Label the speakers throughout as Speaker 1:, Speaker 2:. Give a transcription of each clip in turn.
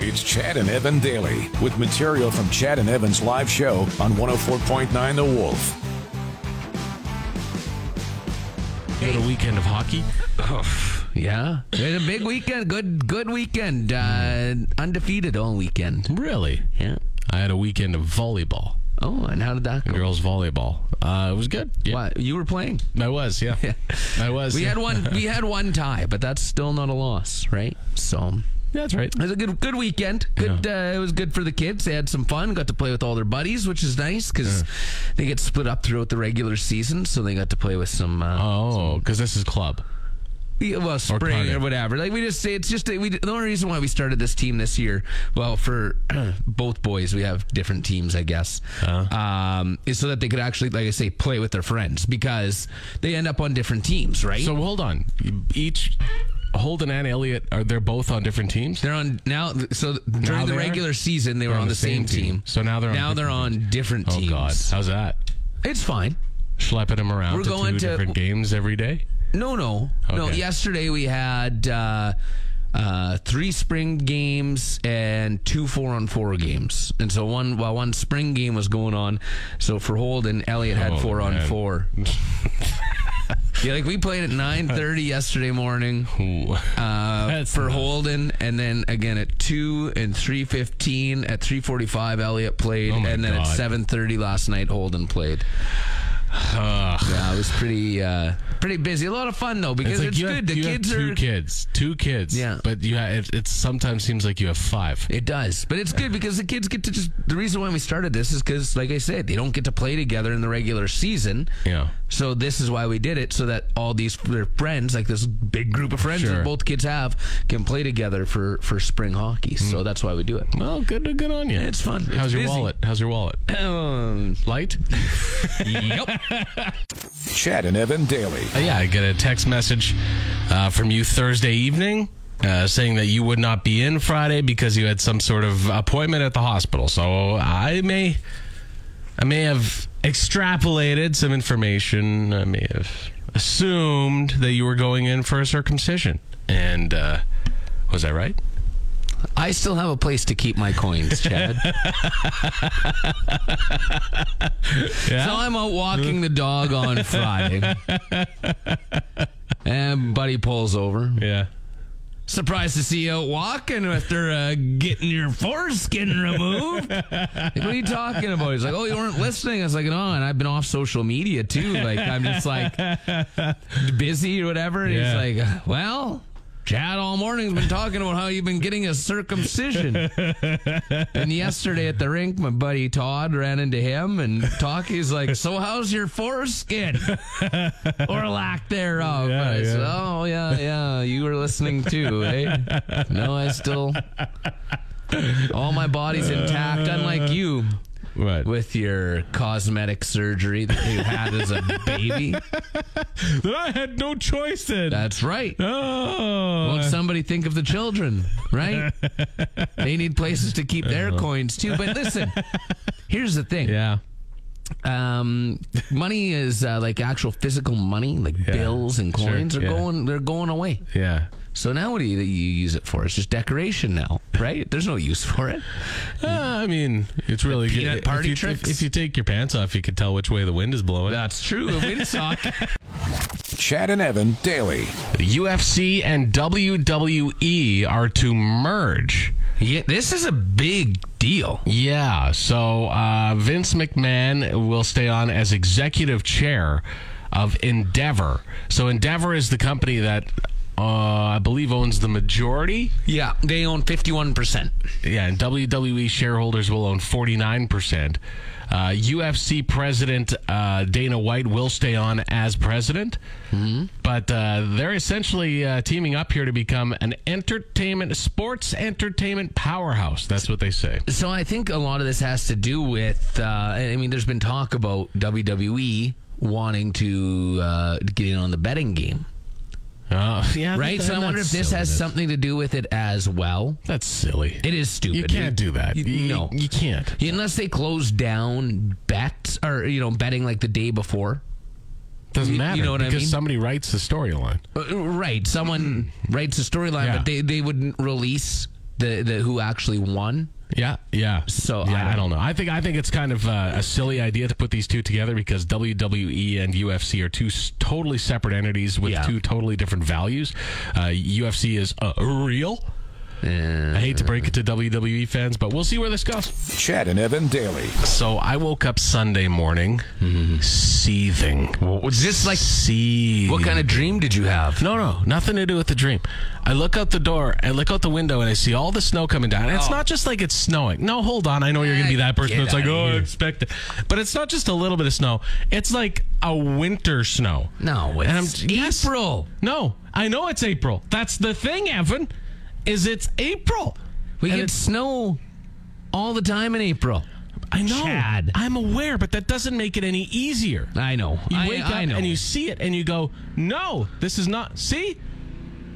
Speaker 1: It's Chad and Evan Daily with material from Chad and Evan's live show on 104.9 The Wolf.
Speaker 2: You had a weekend of hockey.
Speaker 3: Oh, yeah, it's a big weekend. Good, good weekend. Uh, undefeated all weekend.
Speaker 2: Really?
Speaker 3: Yeah.
Speaker 2: I had a weekend of volleyball,
Speaker 3: Oh, and how did that go?
Speaker 2: girls volleyball. Uh, it was good. Yeah,
Speaker 3: What you were playing?
Speaker 2: I was. Yeah, I was.
Speaker 3: We
Speaker 2: yeah.
Speaker 3: had one. We had one tie, but that's still not a loss, right? So
Speaker 2: Yeah, that's right.
Speaker 3: it was a good, good weekend. Good. Uh, it was good for the kids. They had some fun. Got to play with all their buddies, which is nice because they get split up throughout the regular season, so they got to play with some. Uh,
Speaker 2: Oh, because this is club.
Speaker 3: Yeah, well, spring
Speaker 2: Kanye.
Speaker 3: or, whatever. Like we just say, it's just that we. The only reason why we started this team this year, well, for both boys, we have different teams, I guess,
Speaker 2: Uh-huh.
Speaker 3: um, is so that they could actually, like I say, play with their friends because they end up on different teams, right?
Speaker 2: So hold on. Each Holden and Elliot are they're both on different teams.
Speaker 3: they're on now. So during
Speaker 2: Now
Speaker 3: the
Speaker 2: they are?
Speaker 3: regular season, they were on, the, same, team.
Speaker 2: So now they're on
Speaker 3: now they're
Speaker 2: different
Speaker 3: on different
Speaker 2: oh
Speaker 3: teams.
Speaker 2: God, how's that?
Speaker 3: it's fine.
Speaker 2: Schlepping them around
Speaker 3: We're
Speaker 2: to
Speaker 3: going
Speaker 2: two
Speaker 3: to-
Speaker 2: different games every day.
Speaker 3: No, no, no.
Speaker 2: Okay.
Speaker 3: Yesterday we had uh, uh, three spring games and two four-on-four games, and so one well, one spring game was going on. So for Holden, Elliot had
Speaker 2: Oh, man.
Speaker 3: four-on-four. yeah, like we played at nine thirty yesterday morning
Speaker 2: Ooh.
Speaker 3: uh,
Speaker 2: That's
Speaker 3: for
Speaker 2: nuts.
Speaker 3: Holden, and then again at two and three fifteen. At three forty-five, Elliot played,
Speaker 2: Oh, my
Speaker 3: and then at
Speaker 2: God.
Speaker 3: seven thirty last night, Holden played.
Speaker 2: Ugh.
Speaker 3: Yeah, it was pretty uh, pretty busy. A lot of fun though because
Speaker 2: It's
Speaker 3: it's,
Speaker 2: like you
Speaker 3: good.
Speaker 2: have,
Speaker 3: the
Speaker 2: you have
Speaker 3: kids
Speaker 2: two
Speaker 3: are
Speaker 2: kids, two kids.
Speaker 3: Yeah.
Speaker 2: but you ha it, it sometimes seems like you have five.
Speaker 3: It does, but it's good because the kids get to just. The reason why we started this is because, like I said, they don't get to play together in the regular season.
Speaker 2: Yeah.
Speaker 3: So this is why we did it, so that all these their friends, like this big group of friends
Speaker 2: Sure.
Speaker 3: that both kids have, can play together for for spring hockey. So
Speaker 2: Hmm.
Speaker 3: that's why we do it.
Speaker 2: Well, good, good on you.
Speaker 3: It's fun.
Speaker 2: How's
Speaker 3: It's
Speaker 2: your
Speaker 3: busy.
Speaker 2: wallet? How's your wallet?
Speaker 3: Um,
Speaker 2: Light?
Speaker 3: yep.
Speaker 1: Chad and Evan Daily.
Speaker 2: Uh, yeah, I get a text message uh, from you Thursday evening uh, saying that you would not be in Friday because you had some sort of appointment at the hospital. So I may, I may have extrapolated some information. I may have assumed that you were going in for a circumcision, and uh, was I right?
Speaker 3: I still have a place to keep my coins, Chad. So I'm out walking the dog on Friday, and Buddy pulls over.
Speaker 2: Yeah.
Speaker 3: Surprised to see you out walking after uh, getting your foreskin removed. like, what are you talking about? He's like, oh, you weren't listening. I was like, no, and I've been off social media too. Like, I'm just like busy or whatever. And
Speaker 2: Yeah.
Speaker 3: he's like, well, Chad all morning's been talking about how you've been getting a circumcision. and yesterday at the rink, my buddy Todd ran into him and talk. He's like, so how's your foreskin? or lack thereof.
Speaker 2: Yeah,
Speaker 3: I said,
Speaker 2: yeah.
Speaker 3: oh yeah, yeah. You were listening too, eh? No, I still. All my body's intact, unlike you
Speaker 2: Right.
Speaker 3: with your cosmetic surgery that you had as a baby.
Speaker 2: I had no choice then.
Speaker 3: That's right.
Speaker 2: oh.
Speaker 3: Won't somebody think of the children, right? They need places to keep their coins too. But listen, here's the thing.
Speaker 2: yeah.
Speaker 3: um, money is uh, like actual physical money, like bills and
Speaker 2: sure,
Speaker 3: coins are
Speaker 2: yeah.
Speaker 3: going. They're going away.
Speaker 2: Yeah.
Speaker 3: So now what do you, you use it for? It's just decoration now, right? There's no use for it.
Speaker 2: Uh, I mean, it's really good.
Speaker 3: peanut
Speaker 2: If
Speaker 3: party
Speaker 2: you- if
Speaker 3: tricks?
Speaker 2: If, you take your pants off, you can tell which way the wind is blowing.
Speaker 3: That's true. A windsock.
Speaker 1: Chad and Evan Daily.
Speaker 2: UFC and
Speaker 3: E
Speaker 2: WWE are to merge.
Speaker 3: yeah, this is a big deal.
Speaker 2: Yeah, so uh, Vince McMahon will stay on as executive chair of Endeavor. So Endeavor is the company that uh, I believe, owns the majority.
Speaker 3: Yeah, they own 51%.
Speaker 2: Yeah, and WWE shareholders will own 49%. Uh, UFC president uh, Dana White will stay on as president,
Speaker 3: Mm-hmm.
Speaker 2: but uh, they're essentially uh, teaming up here to become an entertainment, sports entertainment powerhouse. That's what they say.
Speaker 3: So I think a lot of this has to do with. Uh, I mean, there's been talk about WWE wanting to uh, get in on the betting game, Oh,
Speaker 2: Uh, yeah,
Speaker 3: right? So I wonder if this has
Speaker 2: some.
Speaker 3: something to do with it as well.
Speaker 2: That's silly.
Speaker 3: It is stupid.
Speaker 2: You can't do that.
Speaker 3: You-
Speaker 2: You-
Speaker 3: no,
Speaker 2: you can't.
Speaker 3: unless they close down bets or you know betting like the day before.
Speaker 2: Doesn't
Speaker 3: You- you
Speaker 2: matter.
Speaker 3: know what I
Speaker 2: because
Speaker 3: mean?
Speaker 2: somebody writes the storyline.
Speaker 3: Uh, right, someone writes a storyline,
Speaker 2: Mm-hmm. Yeah.
Speaker 3: but they they wouldn't release the, the who actually won.
Speaker 2: Yeah, yeah.
Speaker 3: So,
Speaker 2: yeah,
Speaker 3: I
Speaker 2: I don't know. I think I think it's kind of uh, a silly idea to put these two together because WWE and UFC are two s- totally separate entities with
Speaker 3: Yeah.
Speaker 2: two totally different values. Uh, UFC is uh, real.
Speaker 3: Uh,
Speaker 2: I hate to break it to WWE fans, but we'll see where this goes.
Speaker 1: Chad and Evan daily.
Speaker 2: So I woke up Sunday morning Mm-hmm. seething.
Speaker 3: Was this like
Speaker 2: Seething.
Speaker 3: what kind of dream did you have?
Speaker 2: No, no, nothing to do with the dream. I look out the door, I look out the window, and I see all the snow coming down. And It's not just like it's snowing. No, hold on. I know you're going to be that person
Speaker 3: Oh. Get
Speaker 2: that's like,
Speaker 3: outta
Speaker 2: oh, I
Speaker 3: here."
Speaker 2: expect it. But it's not just a little bit of snow. It's like a winter snow.
Speaker 3: No,
Speaker 2: And
Speaker 3: it's
Speaker 2: I'm- yes.
Speaker 3: April.
Speaker 2: No, I know it's April. That's the thing, Evan, is it's April.
Speaker 3: We
Speaker 2: And
Speaker 3: get
Speaker 2: it's-
Speaker 3: snow all the time in April.
Speaker 2: I know.
Speaker 3: Chad.
Speaker 2: I'm aware, but that doesn't make it any easier.
Speaker 3: I know.
Speaker 2: You
Speaker 3: I,
Speaker 2: wake
Speaker 3: I
Speaker 2: up
Speaker 3: know.
Speaker 2: and you see it and you go, no, this is not. See?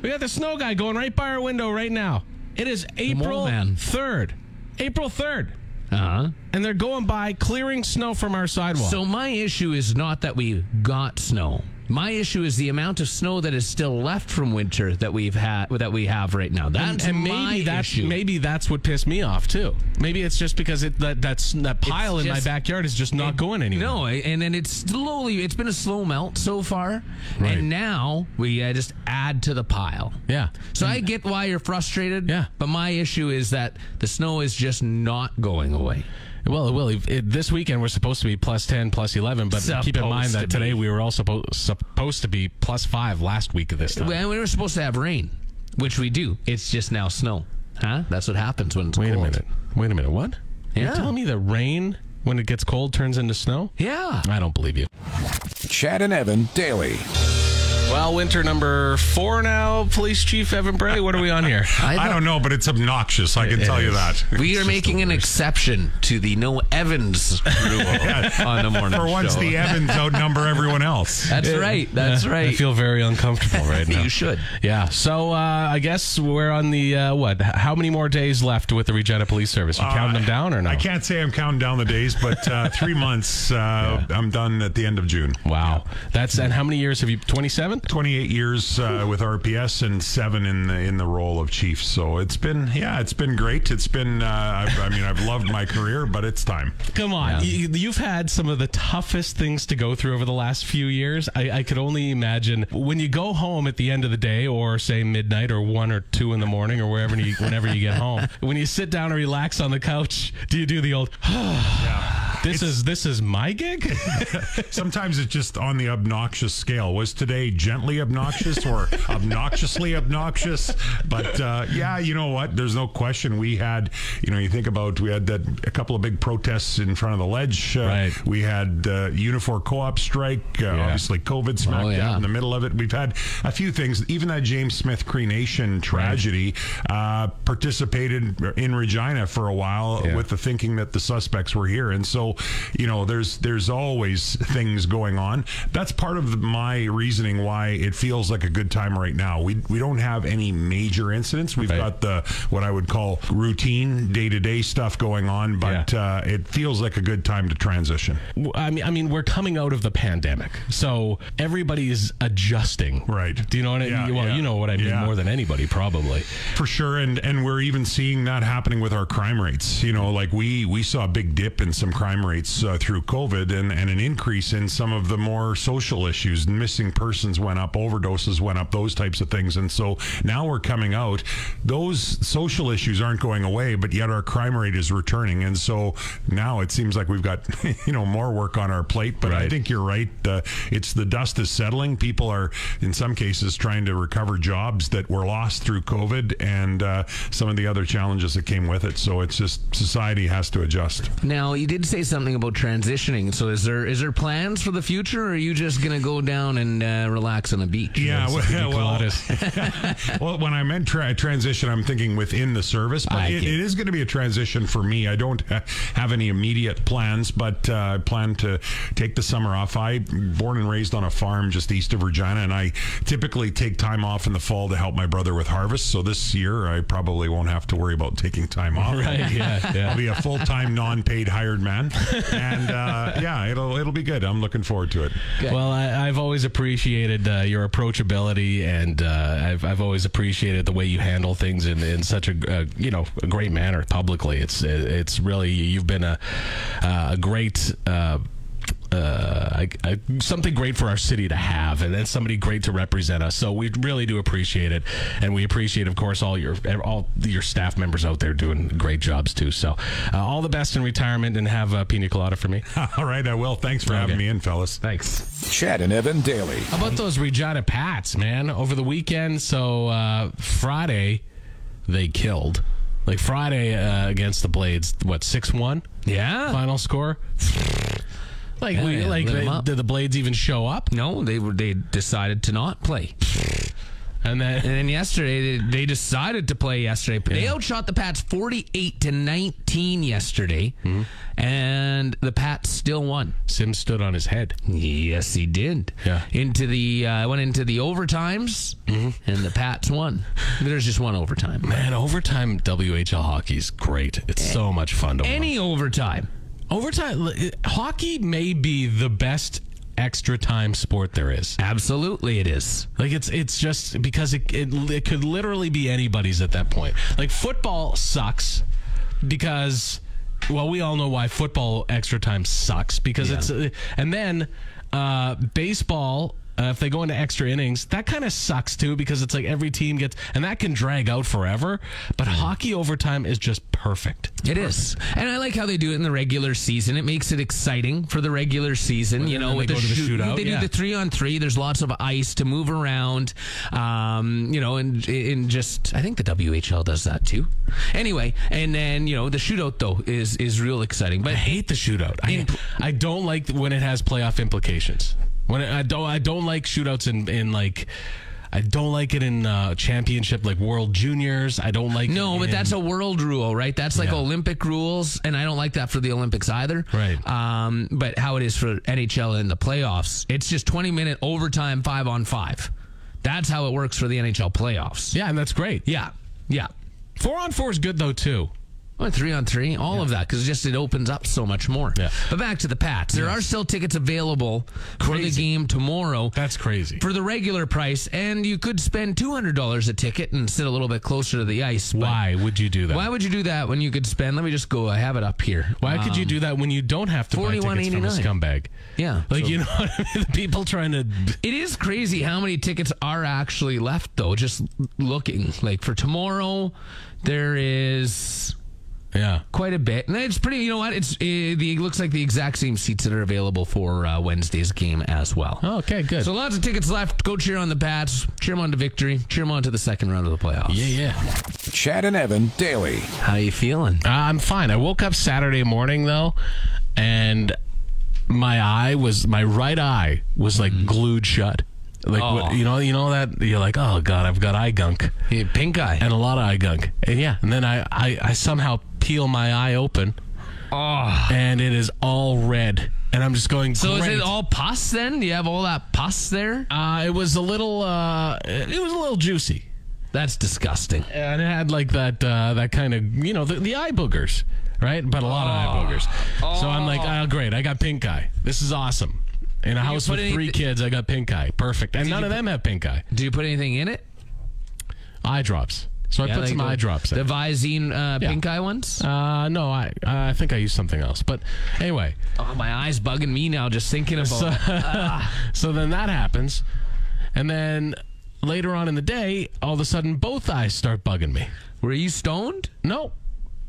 Speaker 2: We got the snow guy going right by our window right now. It is April
Speaker 3: mole man.
Speaker 2: 3rd. April 3rd.
Speaker 3: uh-huh.
Speaker 2: And they're going by clearing snow from our sidewalk.
Speaker 3: So my issue is not that we got snow. My issue is the amount of snow that is still left from winter that we've had that we have right now.
Speaker 2: and,
Speaker 3: That's
Speaker 2: and
Speaker 3: my
Speaker 2: maybe that's
Speaker 3: issue.
Speaker 2: maybe that's what pissed me off too. Maybe it's just because it that that's that pile in my
Speaker 3: just-
Speaker 2: backyard is just not going anywhere.
Speaker 3: No, and then it's slowly. It's been a slow melt so far,
Speaker 2: Right.
Speaker 3: and now we uh, just add to the pile.
Speaker 2: Yeah.
Speaker 3: So I get why you're frustrated.
Speaker 2: Yeah.
Speaker 3: But my issue is that the snow is just not going away.
Speaker 2: Well, it will. If- It, this weekend we're supposed to be plus ten, plus eleven, but keep in
Speaker 3: Supposed
Speaker 2: mind
Speaker 3: to be.
Speaker 2: that today we were all supposed supposed to be plus five last week of this time.
Speaker 3: And we were supposed to have rain, which we do. It's just now snow. Huh? That's what happens when it's
Speaker 2: Wait a
Speaker 3: cold.
Speaker 2: minute. Wait a minute. What? You're
Speaker 3: Yeah.
Speaker 2: telling me the rain when it gets cold turns into snow?
Speaker 3: Yeah.
Speaker 2: I don't believe you.
Speaker 1: Chad and Evan daily.
Speaker 2: Well, winter number four now, Police Chief Evan Bray. What are we on here?
Speaker 4: I don't know, but it's obnoxious. I can tell you that.
Speaker 3: We are making an exception to the no Evans rule on the morning
Speaker 4: For once,
Speaker 3: show.
Speaker 4: the Evans outnumber everyone else.
Speaker 3: That's right. That's right.
Speaker 2: I feel very uncomfortable right now.
Speaker 3: you should.
Speaker 2: Yeah. So uh, I guess we're on the uh, what? H- How many more days left with the Regina Police Service? You counting them down or not?
Speaker 4: I can't say I'm counting down the days, but uh, three months. Uh, I'm done at the end of June.
Speaker 2: Wow. That's and how many years have you? Twenty-seven.
Speaker 4: 28 years uh, with RPS and seven in the in the role of chief. So it's been yeah, it's been great. It's been uh, I've, I mean I've loved my career, but it's time.
Speaker 2: Come on. You, you've had some of the toughest things to go through over the last few years. I, I could only imagine when you go home at the end of the day, or say midnight, or one or two in the morning, or wherever you, whenever you get home. When you sit down and relax on the couch, do you do the old? This is this is my gig.
Speaker 4: Sometimes it's just on the obnoxious scale. Was today gently obnoxious or obnoxiously obnoxious? But uh, yeah, you know what? There's no question. We had, you know, you think about we had that a couple of big protests in front of the ledge. Uh,
Speaker 2: Right.
Speaker 4: We had uh, Unifor co-op strike. Uh, Obviously, COVID smacked
Speaker 3: Oh, yeah.
Speaker 4: down in the middle of it. We've had a few things. Even that James Smith Cree Nation tragedy uh, participated in Regina for a while with the thinking that the suspects were here, and so you know there's there's always things going on. That's part of my reasoning why it feels like a good time right now. We we don't have any major incidents. We've got the what I would call routine day to day stuff going on, but uh, it feels like a good time to transition.
Speaker 2: W- I mean, I mean, we're coming out of the pandemic, so everybody is adjusting.
Speaker 4: Right.
Speaker 2: Do you know what I
Speaker 4: Yeah,
Speaker 2: mean? Well,
Speaker 4: yeah.
Speaker 2: you know what I mean
Speaker 4: Yeah.
Speaker 2: more than anybody, probably.
Speaker 4: for sure and and we're even seeing that happening with our crime rates you know like we we saw a big dip in some crime crime rates uh, through COVID and, and an increase in some of the more social issues. Missing persons went up, overdoses went up, those types of things. And so now we're coming out. Those social issues aren't going away, but yet our crime rate is returning. And so now it seems like we've got, you know, more work on our plate. But I
Speaker 3: Right.
Speaker 4: think you're right. Uh, it's the dust is settling. People are, in some cases, trying to recover jobs that were lost through COVID and uh, some of the other challenges that came with it. So it's just society has to adjust.
Speaker 3: Now you did say something about transitioning. So is there is there plans for the future, or are you just gonna go down and uh, relax on a beach?
Speaker 4: Yeah, well, uh,
Speaker 2: Pina coladas.
Speaker 4: well, when I meant tra- transition, I'm thinking within the service, but
Speaker 3: I
Speaker 4: it,
Speaker 3: get-
Speaker 4: it is going to be a transition for me. I don't ha- have any immediate plans, but uh, I plan to take the summer off. I born and raised on a farm just east of Regina, and I typically take time off in the fall to help my brother with harvest. So this year, I probably won't have to worry about taking time off.
Speaker 2: Right, yeah, yeah.
Speaker 4: I'll be a full time, non paid hired man, and uh, yeah, it'll it'll be good. I'm looking forward to it.
Speaker 2: Well, I, I've always appreciated uh, your approachability, and uh, I've I've always appreciated the way you handle things in, in such a uh, you know a great manner publicly. It's it's really you've been a uh, a great. Uh, uh, I, I, something great for our city to have, and then somebody great to represent us. So we really do appreciate it, and we appreciate, of course, all your all your staff members out there doing great jobs too. So, uh, all the best in retirement, and have a pina colada for me.
Speaker 4: All right, I will. Thanks for having
Speaker 2: Okay.
Speaker 4: me in, fellas.
Speaker 2: Thanks.
Speaker 1: Chad and Evan daily.
Speaker 2: How about those Regina Pats, man? Over the weekend, so uh, Friday they killed. Like Friday uh, against the Blades, what six one
Speaker 3: yeah.
Speaker 2: final score? Like we
Speaker 3: Yeah,
Speaker 2: like
Speaker 3: lit 'em
Speaker 2: they-
Speaker 3: up.
Speaker 2: did the Blades even show up?
Speaker 3: No, they were they decided to not play,
Speaker 2: And
Speaker 3: and
Speaker 2: then
Speaker 3: then yesterday they, they decided to play yesterday. But They outshot the Pats forty-eight to nineteen yesterday, and the Pats still won.
Speaker 2: Sims stood on his head.
Speaker 3: Yes, he did.
Speaker 2: Yeah. Mm-hmm.
Speaker 3: Into the uh, went into the overtimes, and the Pats won. There's just one overtime.
Speaker 2: Man, overtime WHL hockey's great. It's so much fun to watch.
Speaker 3: Any overtime.
Speaker 2: overtime l- hockey may be the best extra time sport there is.
Speaker 3: Absolutely, it is.
Speaker 2: Like it's it's just because it, it it could literally be anybody's at that point. Like football sucks because well we all know why football extra time sucks because it's uh, and then uh, baseball. Uh, if they go into extra innings, that kind of sucks too because it's like every team gets, and that can drag out forever. But hockey overtime is just perfect.
Speaker 3: It is, and I like how they do it in the regular season. It makes it exciting for the regular season. you know,
Speaker 2: then
Speaker 3: with
Speaker 2: they
Speaker 3: the,
Speaker 2: go to the
Speaker 3: shoot-
Speaker 2: shootout,
Speaker 3: they
Speaker 2: yeah.
Speaker 3: do the three on three. There's lots of ice to move around. Um, you know, and and just I think the WHL does that too. Anyway, and then you know the shootout though is is real exciting. But
Speaker 2: I hate the shootout. I, I don't like when it has playoff implications. When it, I don't I don't like shootouts in in like I don't like it in uh, championship like World Juniors. I don't like
Speaker 3: No,
Speaker 2: it
Speaker 3: but
Speaker 2: in-
Speaker 3: that's a world rule, right? That's like
Speaker 2: Yeah.
Speaker 3: Olympic rules, and I don't like that for the Olympics either.
Speaker 2: Right.
Speaker 3: Um, but how it is for NHL in the playoffs, it's just 20 minute overtime, five on five. That's how it works for the NHL playoffs.
Speaker 2: yeah, and that's great. Yeah,
Speaker 3: Yeah. Yeah.
Speaker 2: four on four is good though too.
Speaker 3: Well, Oh, three on three, all of that, because just it opens up so much more.
Speaker 2: Yeah.
Speaker 3: But back to the Pats. There are still tickets available for the
Speaker 2: Crazy.
Speaker 3: game tomorrow.
Speaker 2: That's crazy.
Speaker 3: for the regular price, and you could spend two hundred dollars a ticket and sit a little bit closer to the ice. but-
Speaker 2: Why would you do that?
Speaker 3: Why would you do that when you could spend? Let me just go. I have it up here.
Speaker 2: Why could you do that when you don't have to buy tickets from a
Speaker 3: 41.89.
Speaker 2: scumbag?
Speaker 3: Um, Yeah.
Speaker 2: Like you know what I mean? The people trying to
Speaker 3: It is crazy how many tickets are actually left, though. Just looking like for tomorrow, there is
Speaker 2: yeah.
Speaker 3: quite a bit, and it's pretty. You know what? It's it, the- it looks like the exact same seats that are available for uh, Wednesday's game as well.
Speaker 2: Okay, Oh, good.
Speaker 3: So lots of tickets left. Go cheer on the Pats. Cheer them on to victory. Cheer them on to the second round of the playoffs.
Speaker 2: yeah, yeah.
Speaker 1: Chad and Evan daily.
Speaker 3: How you feeling?
Speaker 2: Uh, I'm fine. I woke up Saturday morning though, and my eye was my right eye was like glued shut.
Speaker 3: Mm-hmm.
Speaker 2: Like
Speaker 3: Oh.
Speaker 2: what, you know, you know that you're like, oh god, I've got eye gunk
Speaker 3: Yeah, pink eye.
Speaker 2: and a lot of eye gunk, and yeah, and then I I, I somehow peel my eye open,
Speaker 3: oh.
Speaker 2: and it is all red, and I'm just going.
Speaker 3: So
Speaker 2: Ah, Great.
Speaker 3: is it all pus then? Do you have all that pus there?
Speaker 2: Uh, it was a little. Uh, it was a little juicy.
Speaker 3: That's disgusting.
Speaker 2: and it had like that uh, that kind of you know the, the eye boogers, right? But a lot
Speaker 3: Ah.
Speaker 2: of eye boogers. So I'm like, oh great, I got pink eye. This is awesome. In a house
Speaker 3: put
Speaker 2: with
Speaker 3: any-
Speaker 2: three kids, I got pink eye. Perfect. And none of them have pink eye.
Speaker 3: Do you put anything in it?
Speaker 2: Eye drops. So I
Speaker 3: Yeah,
Speaker 2: put
Speaker 3: like
Speaker 2: some
Speaker 3: the-
Speaker 2: eye drops in.
Speaker 3: The Visine uh,
Speaker 2: Yeah.
Speaker 3: pink eye ones.
Speaker 2: uh, no, I I think I used something else. But anyway,
Speaker 3: oh, my eyes bugging me now just thinking about
Speaker 2: so,
Speaker 3: it. Ah.
Speaker 2: so then that happens, and then later on in the day, all of a sudden both eyes start bugging me.
Speaker 3: Were you stoned?
Speaker 2: No,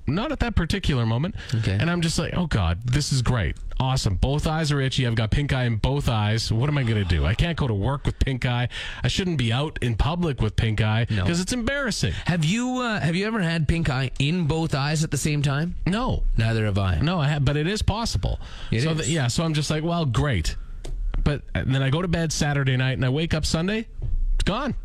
Speaker 2: not at that particular moment.
Speaker 3: Okay.
Speaker 2: And I'm just like, oh God, this is great. Awesome. Both eyes are itchy. I've got pink eye in both eyes. What am I going to do? I can't go to work with pink eye. I shouldn't be out in public with pink eye
Speaker 3: No.
Speaker 2: because it's embarrassing.
Speaker 3: Have you uh, have you ever had pink eye in both eyes at the same time?
Speaker 2: No,
Speaker 3: Neither have I.
Speaker 2: no, I have, but it is possible.
Speaker 3: It
Speaker 2: so
Speaker 3: is.
Speaker 2: th- yeah, so I'm just like, well, great. But and then I go to bed Saturday night and I wake up Sunday, it's gone.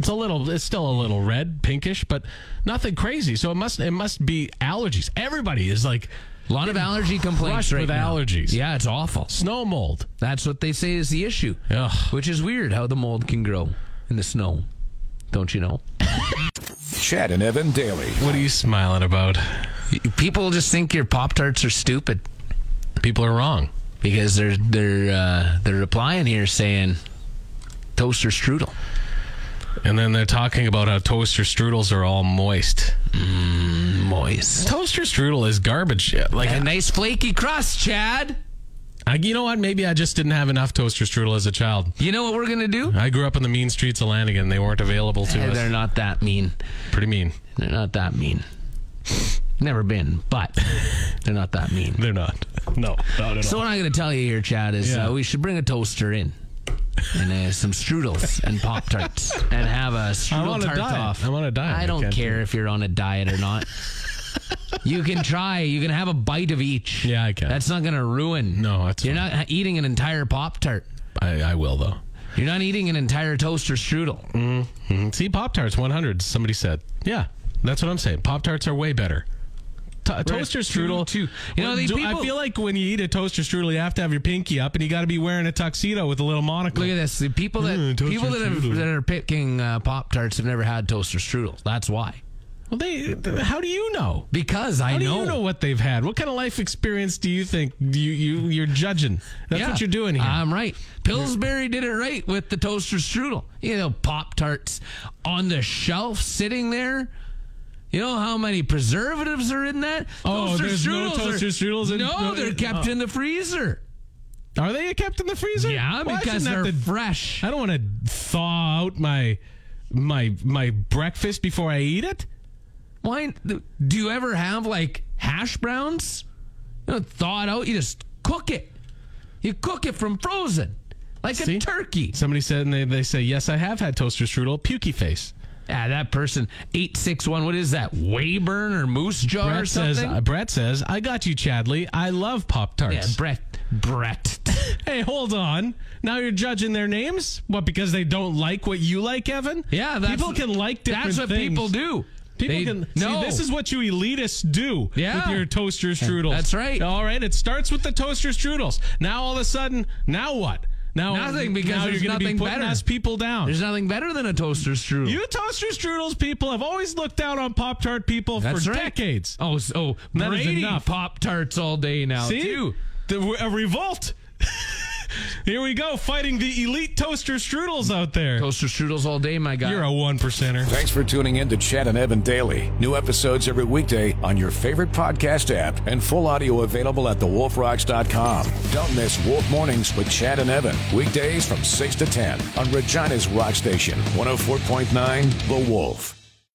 Speaker 2: It's a little, it's still a little red, pinkish, but nothing crazy. So it must, it must be allergies. Everybody is like
Speaker 3: A lot of allergy complaints
Speaker 2: crushed
Speaker 3: right
Speaker 2: with
Speaker 3: now.
Speaker 2: allergies.
Speaker 3: Yeah, it's awful.
Speaker 2: snow mold.
Speaker 3: That's what they say is the issue.
Speaker 2: Ugh.
Speaker 3: Which is weird how the mold can grow in the snow. Don't you know?
Speaker 1: Chad and Evan daily.
Speaker 2: What are you smiling about?
Speaker 3: People just think your Pop Tarts are stupid
Speaker 2: People are wrong.
Speaker 3: because they're they're uh, they're replying here saying toaster strudel.
Speaker 2: And then they're talking about how toaster strudels are all moist.
Speaker 3: Moist.
Speaker 2: Toaster strudel is garbage. Like,
Speaker 3: A nice flaky crust, Chad.
Speaker 2: I, you know what? Maybe I just didn't have enough toaster strudel as a child.
Speaker 3: You know what we're gonna do?
Speaker 2: I grew up in the mean streets of Lanigan. They weren't available to
Speaker 3: Eh,
Speaker 2: us.
Speaker 3: they're not that mean.
Speaker 2: Pretty mean.
Speaker 3: They're not that mean. Never been, but they're not that mean.
Speaker 2: They're not. No, not at
Speaker 3: So what I'm going to tell you here, Chad, is
Speaker 2: Yeah.
Speaker 3: uh, we should bring a toaster in and uh, some strudels and pop tarts and have a
Speaker 2: I'm on
Speaker 3: strudel
Speaker 2: a
Speaker 3: tart
Speaker 2: diet.
Speaker 3: off.
Speaker 2: I'm on a diet.
Speaker 3: I
Speaker 2: I
Speaker 3: don't
Speaker 2: can't
Speaker 3: care if you're on a diet or not. you can try. You can have a bite of each.
Speaker 2: Yeah, I can.
Speaker 3: That's not going to ruin.
Speaker 2: No, that's
Speaker 3: you're not eating an entire pop tart.
Speaker 2: I, I will though.
Speaker 3: You're not eating an entire toaster strudel.
Speaker 2: Mm, See, Pop Tarts 100. Somebody said, yeah, that's what I'm saying. Pop Tarts are way better. To- toaster strudel,
Speaker 3: two- You know,
Speaker 2: Well,
Speaker 3: these
Speaker 2: do- I
Speaker 3: people-
Speaker 2: feel like when you eat a toaster strudel, you have to have your pinky up, and you got to be wearing a tuxedo with a little monocle.
Speaker 3: Look at this. The people that
Speaker 2: Mm, toaster
Speaker 3: people that, have,
Speaker 2: strudel.
Speaker 3: that are picking uh, pop tarts have never had toaster strudel. That's why.
Speaker 2: Well, they. th- How do you know?
Speaker 3: Because I
Speaker 2: How do
Speaker 3: know.
Speaker 2: you know what they've had? What kind of life experience do you think you you you're judging? That's
Speaker 3: Yeah,
Speaker 2: what you're doing here.
Speaker 3: I'm right. Pillsbury did it right with the toaster strudel. You know, Pop Tarts on the shelf sitting there. You know how many preservatives are in that?
Speaker 2: Oh, there's no toaster strudels
Speaker 3: Are,
Speaker 2: in- Oh.
Speaker 3: no, they're kept in the freezer.
Speaker 2: Are they kept in the freezer?
Speaker 3: Yeah,
Speaker 2: Well, I
Speaker 3: because
Speaker 2: shouldn't have
Speaker 3: they're
Speaker 2: to-
Speaker 3: fresh.
Speaker 2: I don't want to thaw out my my my breakfast before I eat it.
Speaker 3: Why? Do you ever have like hash browns? You know, thaw it out. You just cook it. You cook it from frozen, like
Speaker 2: See?
Speaker 3: a turkey.
Speaker 2: Somebody said, and they, they say, yes, I have had toaster strudel, pukey face.
Speaker 3: Yeah, that person eight six one. What is that? Wayburn or Moose Jaw or
Speaker 2: Brett
Speaker 3: something?
Speaker 2: says, uh, Brett says, I got you, Chadley. I love Pop
Speaker 3: Yeah,
Speaker 2: Tarts.
Speaker 3: Brett. Brett.
Speaker 2: hey, hold on. Now you're judging their names? What, because they don't like what you like, Evan?
Speaker 3: Yeah, that's,
Speaker 2: people can like different
Speaker 3: That's what
Speaker 2: things.
Speaker 3: people do.
Speaker 2: People
Speaker 3: They-
Speaker 2: can
Speaker 3: no.
Speaker 2: see this is what you elitists do
Speaker 3: Yeah.
Speaker 2: with your toaster strudels.
Speaker 3: That's right.
Speaker 2: All right, it starts with the toaster strudels. Now all of a sudden, now what? Now
Speaker 3: Nothing, because
Speaker 2: now
Speaker 3: there's
Speaker 2: you're gonna
Speaker 3: nothing
Speaker 2: be putting
Speaker 3: better.
Speaker 2: us people down.
Speaker 3: There's nothing better than a toaster strudel.
Speaker 2: you toaster strudels people have always looked down on Pop Tart people
Speaker 3: That's
Speaker 2: for
Speaker 3: right.
Speaker 2: decades.
Speaker 3: Oh, so
Speaker 2: That is
Speaker 3: Brady
Speaker 2: enough.
Speaker 3: pop tarts all day now
Speaker 2: See,
Speaker 3: too.
Speaker 2: The- a revolt. Here we go, fighting the elite toaster strudels out there.
Speaker 3: Toaster strudels all day, my guy.
Speaker 2: You're a one percenter.
Speaker 1: Thanks for tuning in to Chad and Evan Daily. New episodes every weekday on your favorite podcast app and full audio available at thewolfrocks.com. Don't miss Wolf Mornings with Chad and Evan. oh Weekdays from 6 to 10 on Regina's Rock Station, 104.9 The Wolf.